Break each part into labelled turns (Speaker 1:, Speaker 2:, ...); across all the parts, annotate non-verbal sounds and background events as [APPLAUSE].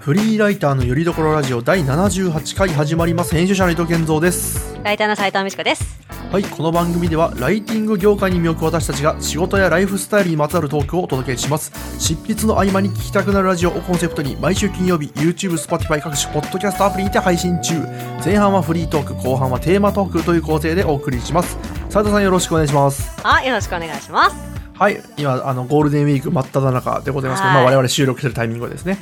Speaker 1: フリーライターのよりどころラジオ第78回始まります編集者の伊藤健三です
Speaker 2: ライターの斉藤美智子です。
Speaker 1: はいこの番組ではライティング業界に魅力私たちが仕事やライフスタイルにまつわるトークをお届けします執筆の合間に聞きたくなるラジオをコンセプトに毎週金曜日 YouTube、Spotify 各種ポッドキャストアプリにて配信中前半はフリートーク後半はテーマトークという構成でお送りします斉藤さんよろしくお願いします
Speaker 2: はい、よろしくお願いします。はい、
Speaker 1: 今あのゴールデンウィーク真っ只中でございますけど、
Speaker 2: は
Speaker 1: ま
Speaker 2: い
Speaker 1: あ、我々収録してるタイミングですね、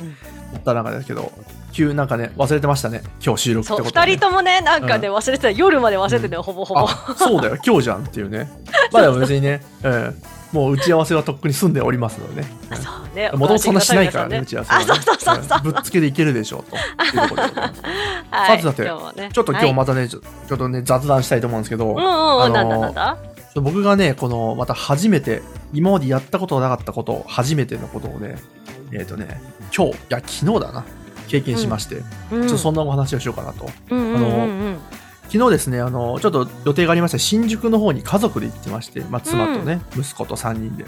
Speaker 1: 真っ只中ですけど急なんかね忘れてましたね今日収録って
Speaker 2: そ
Speaker 1: こ
Speaker 2: う、
Speaker 1: と
Speaker 2: 二人ともね、なんかね、
Speaker 1: う
Speaker 2: 忘れてた、夜まで忘れてたよ、ほぼほぼ。
Speaker 1: あそう
Speaker 2: [LAUGHS]
Speaker 1: だよ今日じゃんっていうねまあでも別にね、うん、もう打ち合わせはとっくに済んでおりますのでね
Speaker 2: そうね。
Speaker 1: もともとそんなしないからね打
Speaker 2: 同じ
Speaker 1: ち合
Speaker 2: 方
Speaker 1: わせ
Speaker 2: 々
Speaker 1: は、ね、
Speaker 2: あ、そうそうそうそう。
Speaker 1: んぶっつけでいけるでしょうということでござい
Speaker 2: [LAUGHS]
Speaker 1: ます
Speaker 2: はい、
Speaker 1: さてさて
Speaker 2: 今日もね
Speaker 1: ちょっと今日
Speaker 2: はい
Speaker 1: またねちょちょっとね雑談したいと思うんですけど、
Speaker 2: うんうんうん、
Speaker 1: あ
Speaker 2: なん
Speaker 1: の
Speaker 2: だなんだ。
Speaker 1: 僕がねこのまた初めて今までやったことなかったこと初めてのことをねえっ、とね今日いや昨日だな経験しまして、ち
Speaker 2: うん
Speaker 1: ょっとそんなお話をしようかなと
Speaker 2: うんうんうんうん
Speaker 1: 昨日ですねあのちょっと予定がありまして新宿の方に家族で行ってまして、まあ、妻とね、息子と3人で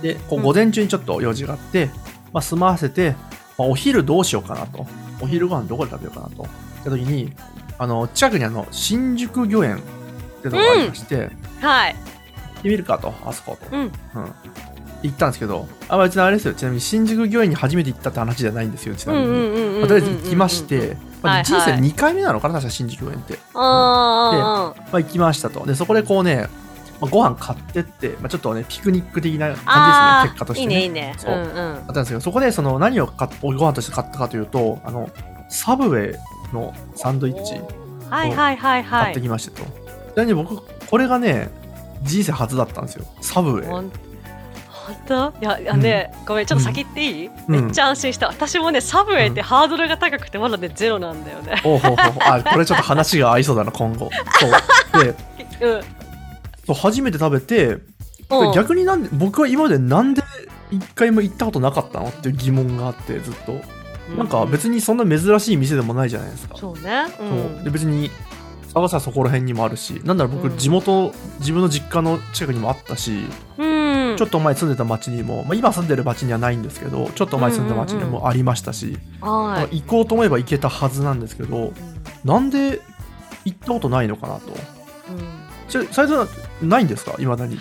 Speaker 1: でこう
Speaker 2: うん
Speaker 1: 午前中にちょっと用事があって、まあ、済ませて、まあ、お昼どうしようかなとお昼ご飯どこで食べようかなとって時にあの近くにあの新宿御苑ってのがありまして、
Speaker 2: はい。
Speaker 1: 行ってみるかとあそこと、
Speaker 2: うん。
Speaker 1: うん、行ったんですけど、あ、まあ、うちのあれですよ、ちなみに新宿御苑に初めて行ったって話じゃないんですよ、ち
Speaker 2: う
Speaker 1: なみ
Speaker 2: ん
Speaker 1: に。
Speaker 2: うんうんうんうんうん。
Speaker 1: まあとりあえず行きまし。て、ま
Speaker 2: は
Speaker 1: あ、
Speaker 2: い
Speaker 1: 人生
Speaker 2: はい
Speaker 1: 2回目なのかな、確か新宿御苑って。
Speaker 2: あ
Speaker 1: まあ、行きましたと。で、そこでこうね、まあ、ご飯買ってって、まあ、ちょっとね、ピクニック的な感
Speaker 2: あ
Speaker 1: じです
Speaker 2: ー。
Speaker 1: ね、結果として
Speaker 2: いい
Speaker 1: ね。
Speaker 2: ね、いいね。
Speaker 1: そううん
Speaker 2: うん
Speaker 1: だ。ったんですけど、そこでその何を買っご飯として買ったかというと、あのサブウェイのサンドイッチ
Speaker 2: はいはいはいは
Speaker 1: 買っ
Speaker 2: い
Speaker 1: て。きましたと。ちなみに僕、これがね、人生初だったんですよ、サブウェイ。
Speaker 2: ほん本当いやいやね、ごめんちょっと先行っていい、
Speaker 1: うん
Speaker 2: めっちゃ安心した私もねサブウェイってハードルが高くてまだねゼロなんだよね、
Speaker 1: おうほうほうほうあこれちょっと話が合いそうだな今後そうで
Speaker 2: うん、
Speaker 1: そう初めて食べて
Speaker 2: うん
Speaker 1: 逆になんで僕は今までなんで一回も行ったことなかったのっていう疑問があってずっとなんか別にそんな珍しい店でもないじゃないですか、
Speaker 2: そうねう
Speaker 1: そうで
Speaker 2: ん
Speaker 1: 別に探さそこら辺にもあるしなんだろう
Speaker 2: う
Speaker 1: 僕
Speaker 2: ん
Speaker 1: 地元、自分の実家の近くにもあったし
Speaker 2: うん
Speaker 1: ちょっと前住んでた町にも、まあ、今住んでる町にはないんですけどちょっと前住んでた町にもありましたし、
Speaker 2: とは
Speaker 1: なんか行こうと思えば行けたはずなんですけど
Speaker 2: い、
Speaker 1: なんで行ったことないのかなと
Speaker 2: うん
Speaker 1: ちょサイズはないんですかいまだにい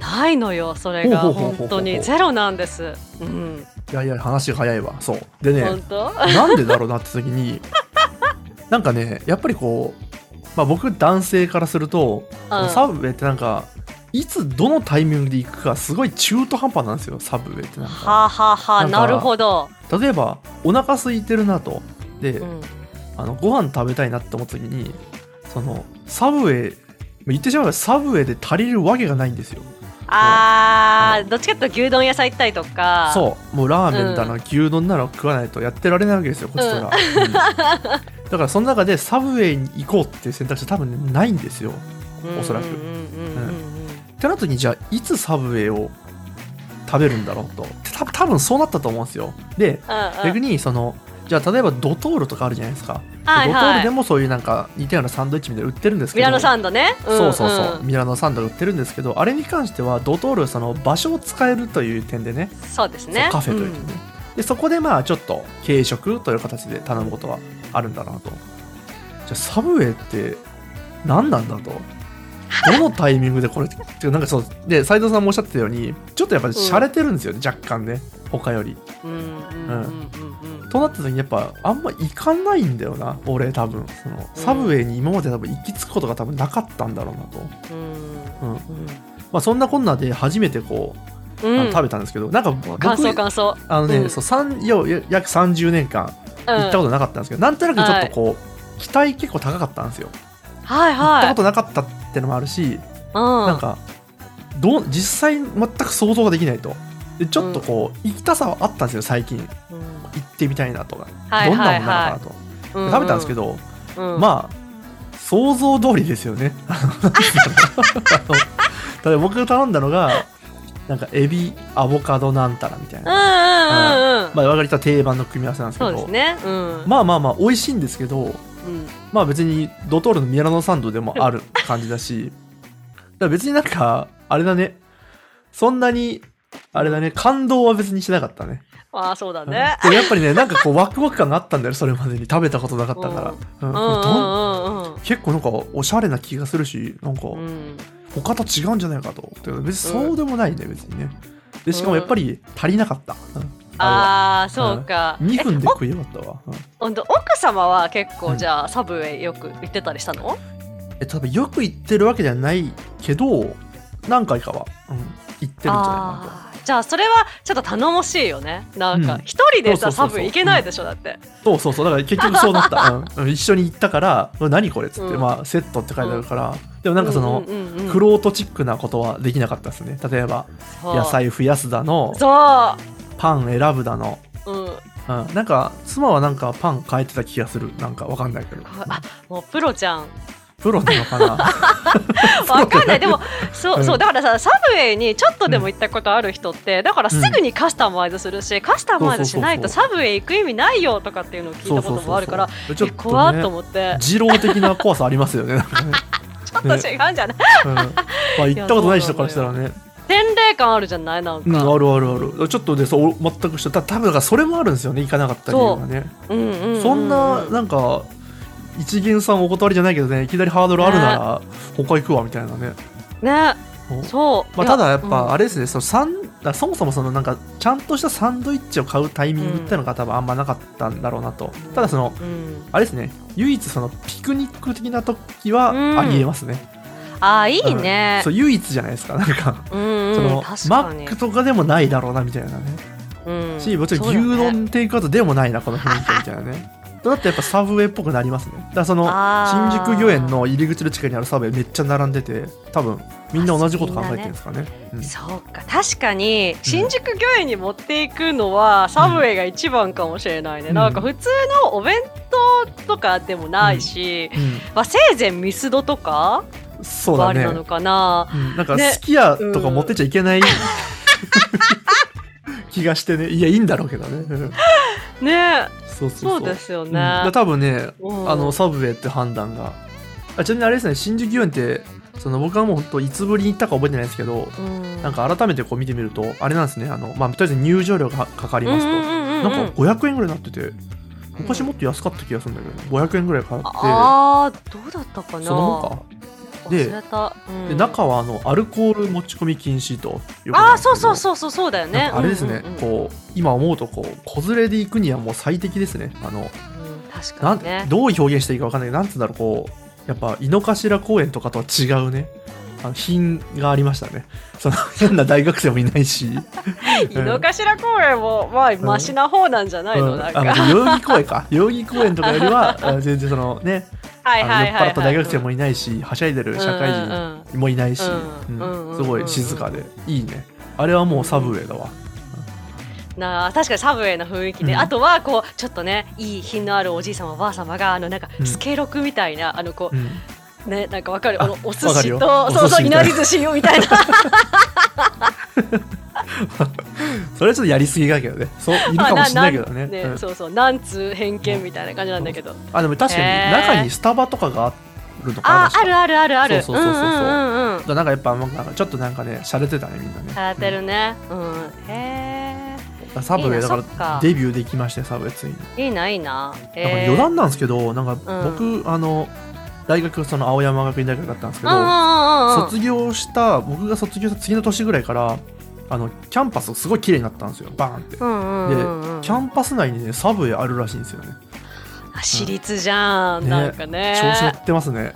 Speaker 2: ないのよそれが
Speaker 1: ほうほうほうほうほう
Speaker 2: 本当にゼロなんですうん
Speaker 1: やいや話が早いわそうでね
Speaker 2: 本当
Speaker 1: なんでだろうなって時に [LAUGHS] なんかねやっぱりこう、まあ、僕男性からすると、
Speaker 2: うん
Speaker 1: サブウェイってなんかいつどのタイミングで行くかすごい中途半端なんですよサブウェイってなんか
Speaker 2: はあ、はあはあ、
Speaker 1: なんか
Speaker 2: なるほど、
Speaker 1: 例えばお腹空いてるなとで、
Speaker 2: うん、
Speaker 1: あのご飯食べたいなって思った時にそのサブウェイ言ってしまえばサブウェイで足りるわけがないんですよ
Speaker 2: あ
Speaker 1: う
Speaker 2: ーどっちかというと牛丼屋さん行ったりとか
Speaker 1: そうもうラーメンだな、牛丼なら食わないとやってられないわけですよこっちとら、うんだからその中でサブウェイに行こうっていう選択肢は多分ね、ないんですよ
Speaker 2: うん
Speaker 1: おそらく
Speaker 2: うんうんうんうん
Speaker 1: ってなった時にじゃあいつサブウェイを食べるんだろうとで多分多分そうなったと思うんですよで
Speaker 2: うんう
Speaker 1: 逆
Speaker 2: ん
Speaker 1: にそのじゃあ例えばドトールとかあるじゃないですか、
Speaker 2: はい
Speaker 1: ドトー
Speaker 2: は
Speaker 1: ルで
Speaker 2: い
Speaker 1: もそういうなんか似たようなサンドイッチみたいなの売ってるんですけ
Speaker 2: ミ
Speaker 1: ど
Speaker 2: ラノサンドね、ん
Speaker 1: そうそうそう、
Speaker 2: ん
Speaker 1: ミラノサンドが売ってるんですけどあれに関してはドトールはその場所を使えるという点でね
Speaker 2: そうです
Speaker 1: そ
Speaker 2: ね
Speaker 1: うカフェというかね、でそこでまあちょっと軽食という形で頼むことはあるんだなとじゃあサブウェイって何なんだとどのタイミングでこれってなんかそうで斉藤さんもおっしゃってたようにちょっとやっぱり
Speaker 2: うん
Speaker 1: 洒落てるんですよね、若干ね他より
Speaker 2: うんうんうんうんうん
Speaker 1: となった時にやっぱあんま行かないんだよな俺多分そのサブウェイに今まで多分行き着くことが多分なかったんだろうなと、
Speaker 2: う
Speaker 1: うん
Speaker 2: ん
Speaker 1: まあ、そんなこんなで初めてこう、
Speaker 2: うん
Speaker 1: あの食
Speaker 2: べ
Speaker 1: べたんですけどなんか
Speaker 2: 感想
Speaker 1: 僕
Speaker 2: 感想
Speaker 1: あのね、
Speaker 2: うん
Speaker 1: そう三いやいや約30年間
Speaker 2: うん
Speaker 1: 行ったことなかったんですけど、なんとなくちょっとこう、期待結構高かったんですよ、
Speaker 2: はい
Speaker 1: 行っ
Speaker 2: はい
Speaker 1: たことなかったってのもあるし、
Speaker 2: うん
Speaker 1: なんかどう実際全く想像ができないとでちょっとこう、行きたさはあったんですよ最近行
Speaker 2: うん
Speaker 1: ってみたいなとか、
Speaker 2: はい
Speaker 1: どんな
Speaker 2: は
Speaker 1: も
Speaker 2: い
Speaker 1: んな
Speaker 2: は
Speaker 1: のかなと、で
Speaker 2: いうん
Speaker 1: 食べたんですけど、
Speaker 2: うん
Speaker 1: まあ想像通りですよ
Speaker 2: [LAUGHS]
Speaker 1: ねあのただ僕が頼んだのがなんかエビアボカドなんたらみたいな、
Speaker 2: うんうんうんうん
Speaker 1: まあ、我がりと定番の組み合わせなんですけ
Speaker 2: そう
Speaker 1: ど
Speaker 2: ですねうん
Speaker 1: まあまあまあ美味しいんですけど
Speaker 2: うん
Speaker 1: まあ別にドトールのミラノサンドでもある感じだし、だから別になんか、あれだね、そんなにあれだね、感動は別にしなかったね。
Speaker 2: ああ、そうだ
Speaker 1: うん
Speaker 2: ね。
Speaker 1: でもやっぱりね、なんかこう、ワクワク感があったんだよ、それまでに。食べたことなかったから。う
Speaker 2: うんん
Speaker 1: こ
Speaker 2: う
Speaker 1: れどん
Speaker 2: んうんうん。
Speaker 1: 結構なんか、おしゃれな気がするし、なんか、
Speaker 2: うん、
Speaker 1: 他と違うんじゃないかと思って。別にそうでもないね、別にね。で、しかもやっぱり足りなかった。うんあ
Speaker 2: ああそうか、
Speaker 1: れは。2
Speaker 2: え
Speaker 1: 分で食い終わったわ。うん
Speaker 2: ほんと奥様は結
Speaker 1: う
Speaker 2: 構
Speaker 1: ん
Speaker 2: じゃあサブウェイよく行ってたりしたの、
Speaker 1: え、多分よく行ってるわけではないけど、何回かは、うん、行ってるんじゃないかなと。
Speaker 2: あーじゃあそれはちょっと頼もしいよねなん
Speaker 1: う
Speaker 2: か
Speaker 1: ん
Speaker 2: 一人
Speaker 1: そうそうそ
Speaker 2: でさ、
Speaker 1: うそう
Speaker 2: サブウェイ行けないでしょだって、
Speaker 1: そうそうそうだから結局そうな
Speaker 2: [LAUGHS]
Speaker 1: った、うん、一緒に行ったから「何これ」っつって、
Speaker 2: うん
Speaker 1: まあセットって書いてあるから、でもなんかその、
Speaker 2: うんうんうんうん
Speaker 1: クロートチックなことはできなかったですね例えば
Speaker 2: そう
Speaker 1: 野菜増やすだの
Speaker 2: そ
Speaker 1: パン選ぶだの、
Speaker 2: う、うん、
Speaker 1: うん、なんか妻はなんかパン変えてた気がするなんかわかんないけど
Speaker 2: あもうプロじゃん
Speaker 1: プロなのかな
Speaker 2: わかんないでもそう,、
Speaker 1: うん
Speaker 2: そうだからさサブウェイにちょっとでも行ったことある人ってだからすぐにカスタマイズするし、カスタマイズしないと
Speaker 1: そ
Speaker 2: サブウェイ行く意味ないよとかっていうのを [LAUGHS] 聞いたこともあるから
Speaker 1: そうそうそうそう
Speaker 2: え怖っ
Speaker 1: ち
Speaker 2: と
Speaker 1: ょっとね
Speaker 2: 思って
Speaker 1: 二郎的な怖さありますよねなんかね、
Speaker 2: ちょっと違うんじゃない、 [LAUGHS]
Speaker 1: うんまあ、行ったことない人からしたらね
Speaker 2: 年齢感あるじゃないなん
Speaker 1: うん、
Speaker 2: か、
Speaker 1: あるあるあるちょっとねそう全くしたた多分だからそれもあるんですよね行かなかった理由がね
Speaker 2: うんうんうう
Speaker 1: そんななんか一元さんお断りじゃないけどねいきなりハードルあるなら他行くわみたいなね、
Speaker 2: ねそう、
Speaker 1: まあ、
Speaker 2: い
Speaker 1: ただやっぱ
Speaker 2: うん
Speaker 1: あれですね、そのサンだそもそもそのなんかちゃんとしたサンドイッチを買うタイミングってのが多分あんまなかったんだろうなと、ただその
Speaker 2: うん
Speaker 1: あれですね唯一そのピクニック的な時はありえますね、
Speaker 2: あーいい
Speaker 1: うん
Speaker 2: ね
Speaker 1: そう唯一じゃないですかなんか、
Speaker 2: うんうん
Speaker 1: その
Speaker 2: 確
Speaker 1: マ
Speaker 2: か
Speaker 1: ッ
Speaker 2: に
Speaker 1: クとかでもないだろうなみたいなね
Speaker 2: うん
Speaker 1: し、もちろん
Speaker 2: そう
Speaker 1: 牛
Speaker 2: だね
Speaker 1: 丼テイクアウトでもないな、この雰囲気みたいな
Speaker 2: [LAUGHS]
Speaker 1: ね。だってやっぱサブウェイっぽくなりますね。だからその
Speaker 2: あー
Speaker 1: 新宿御苑の入り口の近くにあるサブウェイめっちゃ並んでて、多分みんな同じこと考えてるんですかね。うん
Speaker 2: そうか確かに新宿御苑に持っていくのはサブウェイが一番かもしれないね、
Speaker 1: うん
Speaker 2: なんか普通のお弁当とかでもないし、まあ、せいぜいミスドとか
Speaker 1: うん、そうだ
Speaker 2: はあり
Speaker 1: ね。
Speaker 2: なのかな、
Speaker 1: うんなんか
Speaker 2: ね
Speaker 1: すき家とか持ってちゃいけ
Speaker 2: [LAUGHS]
Speaker 1: ない、気がしてね。いや、いいんだろうけどね。うん
Speaker 2: ね
Speaker 1: そうそうそ。
Speaker 2: そううですよ
Speaker 1: う
Speaker 2: ね、
Speaker 1: んだから多分ね、
Speaker 2: うん
Speaker 1: あのサブウェイって判断があちなみにあれですね新宿御苑ってその僕はもう本当いつぶりに行ったか覚えてないですけど、
Speaker 2: うん
Speaker 1: なんか改めてこう見てみるとあれなんですねあの、まあ、とりあえず入場料がかかり
Speaker 2: うんう
Speaker 1: ま
Speaker 2: ん
Speaker 1: すと、
Speaker 2: うんうん
Speaker 1: なんか500円ぐらいになってて昔もっと安かった気がするんだけど、500円ぐらい払っ
Speaker 2: あーどうだったかな
Speaker 1: てそのもんかで
Speaker 2: 忘れた、うん
Speaker 1: で中はあのアルコール持ち込み禁止ということ
Speaker 2: ああそうそう
Speaker 1: う
Speaker 2: そうそうそうだよね
Speaker 1: あれですね、
Speaker 2: うんうんうん
Speaker 1: こう今思うとこう子連れで行くにはもう最適ですねあの
Speaker 2: うん確
Speaker 1: な
Speaker 2: か
Speaker 1: ん、
Speaker 2: にね
Speaker 1: どう表現していいか分かんないけどなんつうんだろうこうやっぱ井の頭公園とかとは違うねあの品がありましたねその変な大学生もいないし
Speaker 2: [LAUGHS] 井の頭公園もまあマシな方なんじゃないの、
Speaker 1: うん
Speaker 2: なんか、
Speaker 1: あの代々木公園
Speaker 2: [LAUGHS]
Speaker 1: か代々木公園とかよりはあ全然そのね
Speaker 2: は
Speaker 1: あ
Speaker 2: い
Speaker 1: の
Speaker 2: はい
Speaker 1: 酔っ
Speaker 2: はい、はい、
Speaker 1: 払った大学生もいないしはしゃいでる社会
Speaker 2: うん
Speaker 1: 人
Speaker 2: うんうん
Speaker 1: もいないし、
Speaker 2: うん
Speaker 1: うん
Speaker 2: うん
Speaker 1: すごい静かでいいねあれはもうサブウェイだわ
Speaker 2: なあ確かにサブウェイの雰囲気で、
Speaker 1: うん
Speaker 2: あとはこうちょっとねいい品のあるおじいさまおばあさまがあのなんか
Speaker 1: うん
Speaker 2: スケロクみたいな、あのこ
Speaker 1: うん
Speaker 2: うねなんかわかる
Speaker 1: あ
Speaker 2: あのお寿
Speaker 1: わかる
Speaker 2: 司
Speaker 1: よ
Speaker 2: と
Speaker 1: お寿司
Speaker 2: そうそう
Speaker 1: み [LAUGHS]
Speaker 2: い
Speaker 1: たいな
Speaker 2: なり寿司みたいな
Speaker 1: それはちょっとやりすぎだけどねそういるかもしれないけどね
Speaker 2: あななん
Speaker 1: うん
Speaker 2: そうそうなんつ偏見みたいな感じなんだけど、
Speaker 1: あでも確かに中にスタバとかがあるのかな
Speaker 2: あ
Speaker 1: 確
Speaker 2: あ
Speaker 1: か
Speaker 2: るあるあるある
Speaker 1: そうそうそうそうそうん
Speaker 2: うんうんうん
Speaker 1: だからなんかやっぱなんかちょっとなんかね洒落てたねみんなね
Speaker 2: されてるねうんへ
Speaker 1: だからサブウェ
Speaker 2: い
Speaker 1: イ
Speaker 2: いな
Speaker 1: だか
Speaker 2: そっ
Speaker 1: ら
Speaker 2: か
Speaker 1: デビューできましたよサブウェイついに、
Speaker 2: えいいないい
Speaker 1: な
Speaker 2: な
Speaker 1: んか
Speaker 2: へえ
Speaker 1: 余談なんですけどなんか僕、あの大学がその青山学院大学だったんですけど、
Speaker 2: うんうんうんうん
Speaker 1: 卒業した僕が卒業した次の年ぐらいからあのキャンパスすごい綺麗になったんですよバーンって、
Speaker 2: うんうんうんうん
Speaker 1: キャンパス内にねサブウェイあるらしいんですよね
Speaker 2: あ私立じゃん、
Speaker 1: ね
Speaker 2: なんかね
Speaker 1: 調子乗ってますね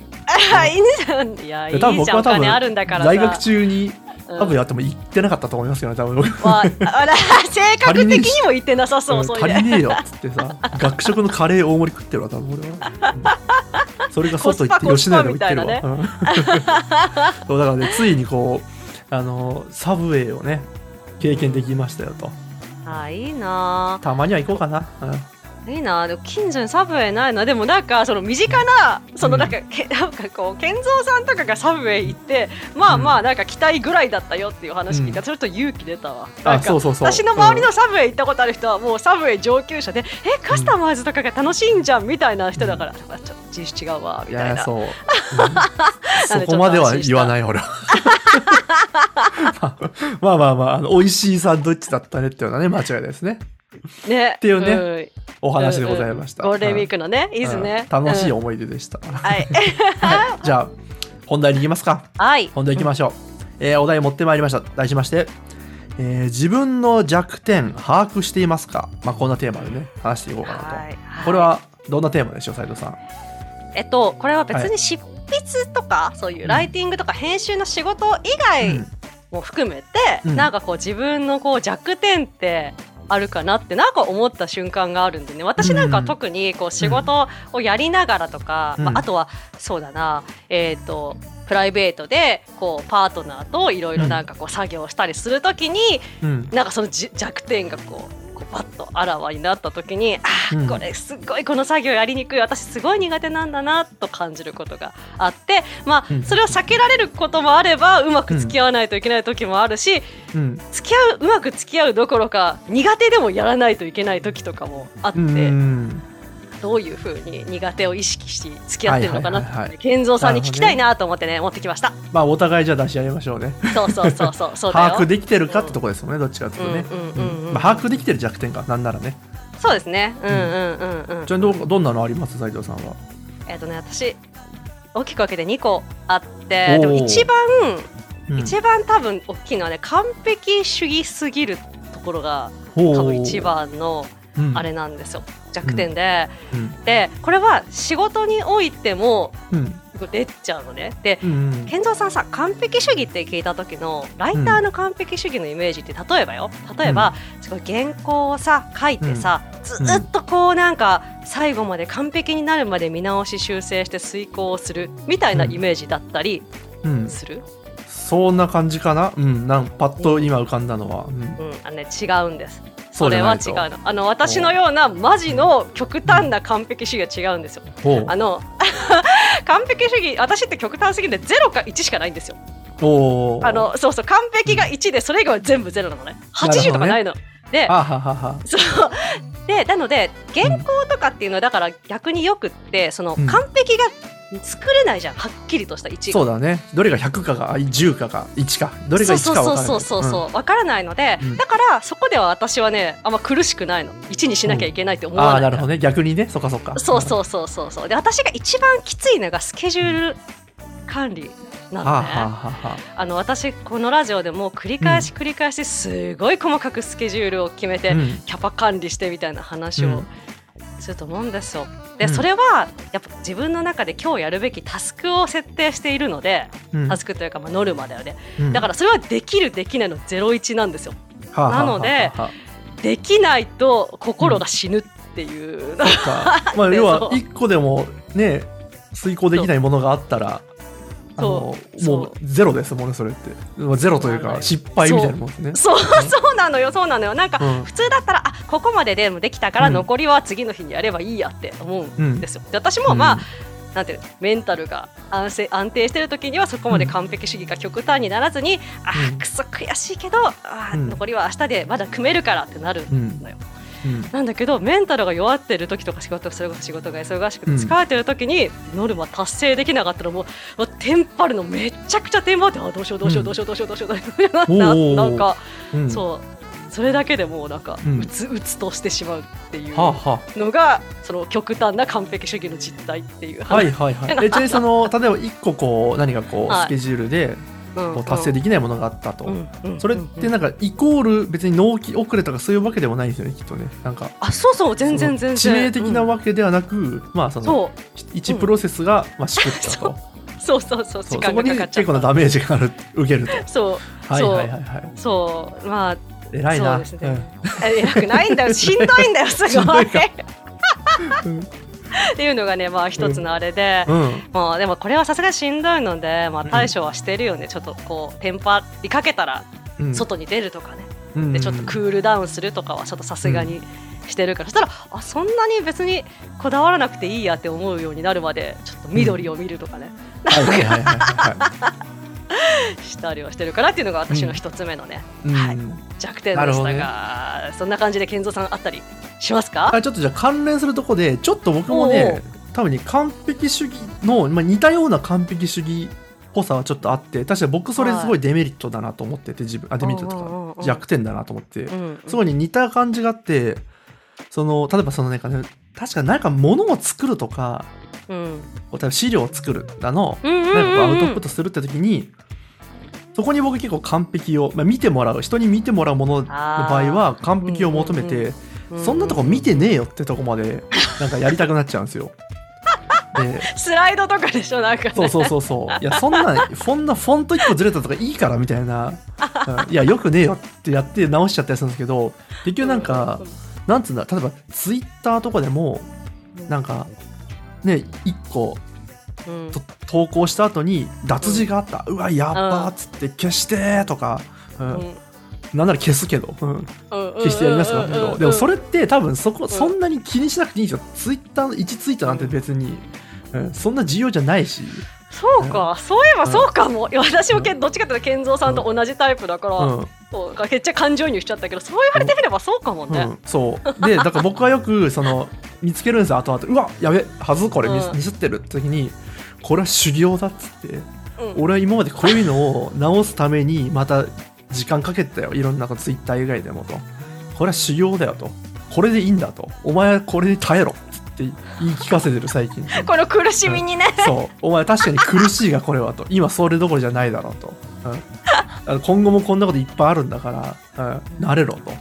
Speaker 2: あいいじゃんいやいい
Speaker 1: で
Speaker 2: じゃ
Speaker 1: 多
Speaker 2: ん
Speaker 1: 分
Speaker 2: お
Speaker 1: 僕は多分
Speaker 2: 金あるんだからさ
Speaker 1: 大学中に
Speaker 2: うん
Speaker 1: サブウェイあっても行ってなかったと思いますけどね多分僕
Speaker 2: わあら性格的にも言ってなさそう、
Speaker 1: ん
Speaker 2: そ
Speaker 1: 足り
Speaker 2: れで。
Speaker 1: ねえよっつってさ学食のカレー大盛り食ってるわ多分俺は、うんそれが外行って
Speaker 2: コ
Speaker 1: 吉
Speaker 2: スパ
Speaker 1: 野家でも行って
Speaker 2: コスパ
Speaker 1: るわ、
Speaker 2: みた
Speaker 1: うん [LAUGHS] そうだからねついにこうあのサブウェイをね経験できましたよと
Speaker 2: あいいな
Speaker 1: たまには行こうかな、うん
Speaker 2: いいなでも近所にサブウェイないなでもなんかその身近なそのなんか、け [LAUGHS] なんかこう健三さんとかがサブウェイ行ってまあまあなんか期待ぐらいだったよっていう話聞いた、
Speaker 1: う
Speaker 2: それと勇気出たわ
Speaker 1: あ
Speaker 2: なんか
Speaker 1: そうそうそう
Speaker 2: 私の周りのサブウェイ行ったことある人はもうサブウェイ上級者で、えカスタマーズとかが楽しいんじゃんみたいな人だから、あちょっと人種違うわ
Speaker 1: い
Speaker 2: みたい
Speaker 1: や
Speaker 2: [LAUGHS] な
Speaker 1: そう、うん
Speaker 2: なん
Speaker 1: そ
Speaker 2: で
Speaker 1: こまでは言わない俺
Speaker 2: [LAUGHS]
Speaker 1: はまあまあまああの美味しいサンドイッチだったねっていうのはね間違いないですね
Speaker 2: ねって
Speaker 1: いうねお話でございました、
Speaker 2: ゴールデンウィークのねいいですね、
Speaker 1: うん楽しい
Speaker 2: うん
Speaker 1: 思い出でした、 [LAUGHS]
Speaker 2: はい
Speaker 1: はいじゃあ本題に行きますか
Speaker 2: はい
Speaker 1: 本題行きましょう、えーお題持ってまいりました題しまして、えー自分の弱点把握していますか、まあ、こんなテーマでね話していこうかなと、
Speaker 2: はいはい
Speaker 1: これはどんなテーマでしょう斉藤さん
Speaker 2: えっと、これは別
Speaker 1: は
Speaker 2: に執筆とか、そういうライティングとか編集の仕事以外も含めて、
Speaker 1: うん
Speaker 2: なんかこう自分のこう弱点ってあるかなってなんか思った瞬間があるんでね私なんかは特にこう仕事をやりながらとか、
Speaker 1: うん
Speaker 2: まあ、あとはそうだなえっ、とプライベートでこうパートナーといろいろなんかこう作業したりするときに、
Speaker 1: うん、うん
Speaker 2: なんかそのじ弱点がこうこうバッとあらわになった時にあー、
Speaker 1: うん
Speaker 2: これすっごいこの作業やりにくい私すごい苦手なんだなと感じることがあってま
Speaker 1: う
Speaker 2: あ
Speaker 1: ん
Speaker 2: それを避けられることもあればうまく付き合わないといけない時もあるし、
Speaker 1: うん
Speaker 2: 付き合ううまく付き合うどころか苦手でもやらないといけない時とかもあって、
Speaker 1: うん
Speaker 2: どういうふうに苦手を意識して付き合ってるのかなって、
Speaker 1: はいはいはいはい
Speaker 2: 健三さんに聞きたいなと思ってね持ってきました。
Speaker 1: まあお互いじゃあ出し合いましょうね
Speaker 2: そうそうそうそうそうだよ
Speaker 1: 把握できてるかってとこですもんねどっちかっていうとね、
Speaker 2: うんうんうんうん
Speaker 1: まあ、把握できてる弱点かなんならね
Speaker 2: そうですね。うんうんうんうん。
Speaker 1: じゃあどどんなのあります斉藤さんは
Speaker 2: えっとね、私大きく分けて2個あって
Speaker 1: おー
Speaker 2: でも一番、
Speaker 1: うん
Speaker 2: 一番多分大きいのはね完璧主義すぎるところが
Speaker 1: ほう
Speaker 2: 多分一番の
Speaker 1: うん
Speaker 2: あれなんですよ、弱点で、
Speaker 1: うん
Speaker 2: でこれは仕事においても
Speaker 1: うん
Speaker 2: 出ちゃうのねで
Speaker 1: うんうん
Speaker 2: 健三さんさ完璧主義って聞いた時のライターの完璧主義のイメージって例えばよ例えば、すごい原稿をさ書いてさ、ずーっとこうなんか最後まで完璧になるまで見直し修正して遂行をするみたいなイメージだったり
Speaker 1: うん
Speaker 2: する、
Speaker 1: そんな感じかなうんなんパッと今浮かんだのは、うん
Speaker 2: うんあのね、違うんです
Speaker 1: そ
Speaker 2: そう
Speaker 1: じ
Speaker 2: れ
Speaker 1: ゃ
Speaker 2: は
Speaker 1: な
Speaker 2: 違
Speaker 1: いと
Speaker 2: うのあの私のようなマジの極端な完璧主義は違うんですよ
Speaker 1: ほう
Speaker 2: あの [LAUGHS] 完璧主義私って極端すぎるんで0か1しかないんですよ
Speaker 1: おー
Speaker 2: あのそうそう完璧が1でそれ以外は全部ゼロなのね80とかないの、で
Speaker 1: あははは
Speaker 2: そうでなので原稿とかっていうのはだから逆によくってその
Speaker 1: うん
Speaker 2: 完璧が作れないじゃんはっきりとした1
Speaker 1: そううだねどれが100かがあ10かが1かどれが1か分からない
Speaker 2: そうそうそうそうそう分からないので、
Speaker 1: うん
Speaker 2: だからそこでは私はねあんま苦しくないの1にしなきゃいけないって思
Speaker 1: んあ
Speaker 2: わな
Speaker 1: あ
Speaker 2: い
Speaker 1: な
Speaker 2: か
Speaker 1: る
Speaker 2: ら、
Speaker 1: ほどね逆にねそっかそっか
Speaker 2: そうそうそうそうそうで私が一番きついのがスケジュール管理
Speaker 1: は
Speaker 2: なの
Speaker 1: あ
Speaker 2: ね
Speaker 1: はあはあは
Speaker 2: あの私このラジオでもう繰り返し繰り返しすごい細かくスケジュールを決めて、
Speaker 1: あうん
Speaker 2: キャパ管理してみたいな話
Speaker 1: う
Speaker 2: を
Speaker 1: ん
Speaker 2: すると思うんですよ。で、
Speaker 1: うん
Speaker 2: それはやっぱ自分の中で今日やるべきタスクを設定しているので、
Speaker 1: うん
Speaker 2: タスクというかまあノルマだよね。
Speaker 1: うん
Speaker 2: だからそれはできるできないの01なんですよ。
Speaker 1: はあはあはあはあ
Speaker 2: なのでできないと心が死ぬっていう。
Speaker 1: そっ
Speaker 2: [LAUGHS]
Speaker 1: かまあ
Speaker 2: で
Speaker 1: 要
Speaker 2: そ
Speaker 1: は
Speaker 2: う
Speaker 1: 1個でもね遂行できないものがあったらあの
Speaker 2: そう
Speaker 1: もう
Speaker 2: そ
Speaker 1: ゼロですもんねそれってまあゼロという
Speaker 2: そうなの
Speaker 1: か
Speaker 2: よ
Speaker 1: 失敗みたいなもんですね
Speaker 2: そうそうなのよそうなのよなんか、
Speaker 1: うん
Speaker 2: 普通だったらあここまででもできたから
Speaker 1: うん
Speaker 2: 残りは次の日にやればいいやって思うんですよ。で私もまあ、なんていうのメンタルが安静安定してる時にはそこまで完璧主義が極端にならずに、あ
Speaker 1: うん
Speaker 2: ーくそ悔しいけどあー、
Speaker 1: うん
Speaker 2: 残りは明日でまだ組めるからってなる
Speaker 1: うん
Speaker 2: のよ。
Speaker 1: うん
Speaker 2: なんだけどメンタルが弱ってる時とか仕事それこそ仕事が忙しくて
Speaker 1: うん
Speaker 2: 疲れてる時にノルマ達成できなかったらもうもうテンパるのめちゃくちゃテンパってあーどうしようどうしようどうしようどうしようどうしようどうしようってな
Speaker 1: おー
Speaker 2: ななんか、
Speaker 1: うんうん
Speaker 2: そうそれだけでもうなんか、
Speaker 1: う
Speaker 2: うんつうつとしてしまうっていう
Speaker 1: はあはあ
Speaker 2: のがその極端な完璧主義の実態っていう話
Speaker 1: はいはいはい。えちなみにその例えば一個こう何かこう
Speaker 2: はい
Speaker 1: スケジュールで
Speaker 2: うん
Speaker 1: こう達成できないものがあったと。
Speaker 2: うんうん
Speaker 1: それってなんかイコール別に納期遅れとかそういうわけでもないんですよねきっとね。なんか
Speaker 2: あそうそう全然全然
Speaker 1: その致命的な
Speaker 2: うん
Speaker 1: わけではなく、まあその
Speaker 2: そう
Speaker 1: 一プロセスがまあしくったと。
Speaker 2: そうそうそ
Speaker 1: そ
Speaker 2: う時
Speaker 1: うそ
Speaker 2: 間
Speaker 1: こ
Speaker 2: が
Speaker 1: に
Speaker 2: かかっち
Speaker 1: 結
Speaker 2: ゃう
Speaker 1: 構なダメージがある受けると。
Speaker 2: そう
Speaker 1: はい
Speaker 2: [LAUGHS] そう
Speaker 1: はいはいはい。
Speaker 2: そうまあ
Speaker 1: 偉いな。
Speaker 2: そうですねえ偉くない
Speaker 1: [LAUGHS]
Speaker 2: んだよしんどいんだよす
Speaker 1: しん
Speaker 2: ご
Speaker 1: ど
Speaker 2: いっ
Speaker 1: い
Speaker 2: [LAUGHS]
Speaker 1: かうん
Speaker 2: ていうのがねまあ一つのあれで、
Speaker 1: うん。うん
Speaker 2: まあでもこれはさすがにしんどいので、まあ、対処はしてるよね、ちょっとこうテンパりかけたら
Speaker 1: うん
Speaker 2: 外に出るとかね、
Speaker 1: ううん
Speaker 2: でちょっとクールダウンするとかはちょっとさすがにしてるから、そしたらあそんなに別にこだわらなくていいやって思うようになるまでちょっと緑を見るとかね、
Speaker 1: はいはいはいは
Speaker 2: したりはしてるからっていうのが私の一つ目のね、
Speaker 1: いは。
Speaker 2: はいい
Speaker 1: うん
Speaker 2: 弱点で
Speaker 1: なる
Speaker 2: し
Speaker 1: ほど
Speaker 2: た
Speaker 1: ね
Speaker 2: が、そんな感じで健三さんあったりしますか、
Speaker 1: あちょっとじゃあ関連するとこでちょっと僕もね多分ね完璧主義の、まあ、似たような完璧主義っぽさはちょっとあって確かに僕それすごいデメリットだなと思ってて自分あデメリットと
Speaker 2: うんうんうんう
Speaker 1: か
Speaker 2: ん
Speaker 1: 弱点だなと思って
Speaker 2: うん
Speaker 1: すごいね似た感じがあってその例えばそのなんかね確か何か物を作るとか
Speaker 2: うん
Speaker 1: こう例えば資料を作るだの
Speaker 2: うんうん
Speaker 1: なんかこうアウト
Speaker 2: うん
Speaker 1: プットするって時にそこに僕結構完璧を、まあ、見てもらう人に見てもらうものの場合は完璧を求め
Speaker 2: うんうん
Speaker 1: て
Speaker 2: うん
Speaker 1: そんなとこ見てねえよってとこまでなんかやりたくなっちゃうんですよ。で
Speaker 2: スライドとかでしょなんか、ね、
Speaker 1: そうそうそう
Speaker 2: [LAUGHS]
Speaker 1: そういやそんなそんなフォント1個ずれたとかいいからみたいな、うんいやよくねえよってやって直しちゃったりするんですけど結局なんかなんつうんだ例えばツイッターとかでもなんかね1個
Speaker 2: うん、うん
Speaker 1: と投稿した後に脱字があった、うわやっばーっつって消してーとか、うんなんなら消すけど、うん、消してやりますなんだけど、でもそ
Speaker 2: れ
Speaker 1: れって多分そこ、
Speaker 2: ん
Speaker 1: そんなに気にしなくていいんですよツイッターの1ツイートなんて別に、うん、そんな重要じゃないし、
Speaker 2: そうか、そういえばそうかも、いや私もけどっちかというと健三さんと同じタイプだから、
Speaker 1: うん
Speaker 2: そうかめっちゃ感情移入しちゃったけどそう言われてみればそうかも
Speaker 1: う
Speaker 2: ね、
Speaker 1: ん、そうでだから僕はよく [LAUGHS] その見つけるんですよ後々うわやべはずこれミス,、
Speaker 2: うん
Speaker 1: ミスってるって時にこれは修行だっつって
Speaker 2: うん
Speaker 1: 俺は今までこういうのを直すためにまた時間かけてたよいろんなツイッター以外でもとこれは修行だよとこれでいいんだとお前はこれに耐えろっつって言い聞かせてる最近
Speaker 2: この苦しみにね、
Speaker 1: そうお前確かに苦しいがこれはと今それどころじゃないだろうと、うんあの、今後もこんなこといっぱいあるんだから、うん、慣れろと、うん、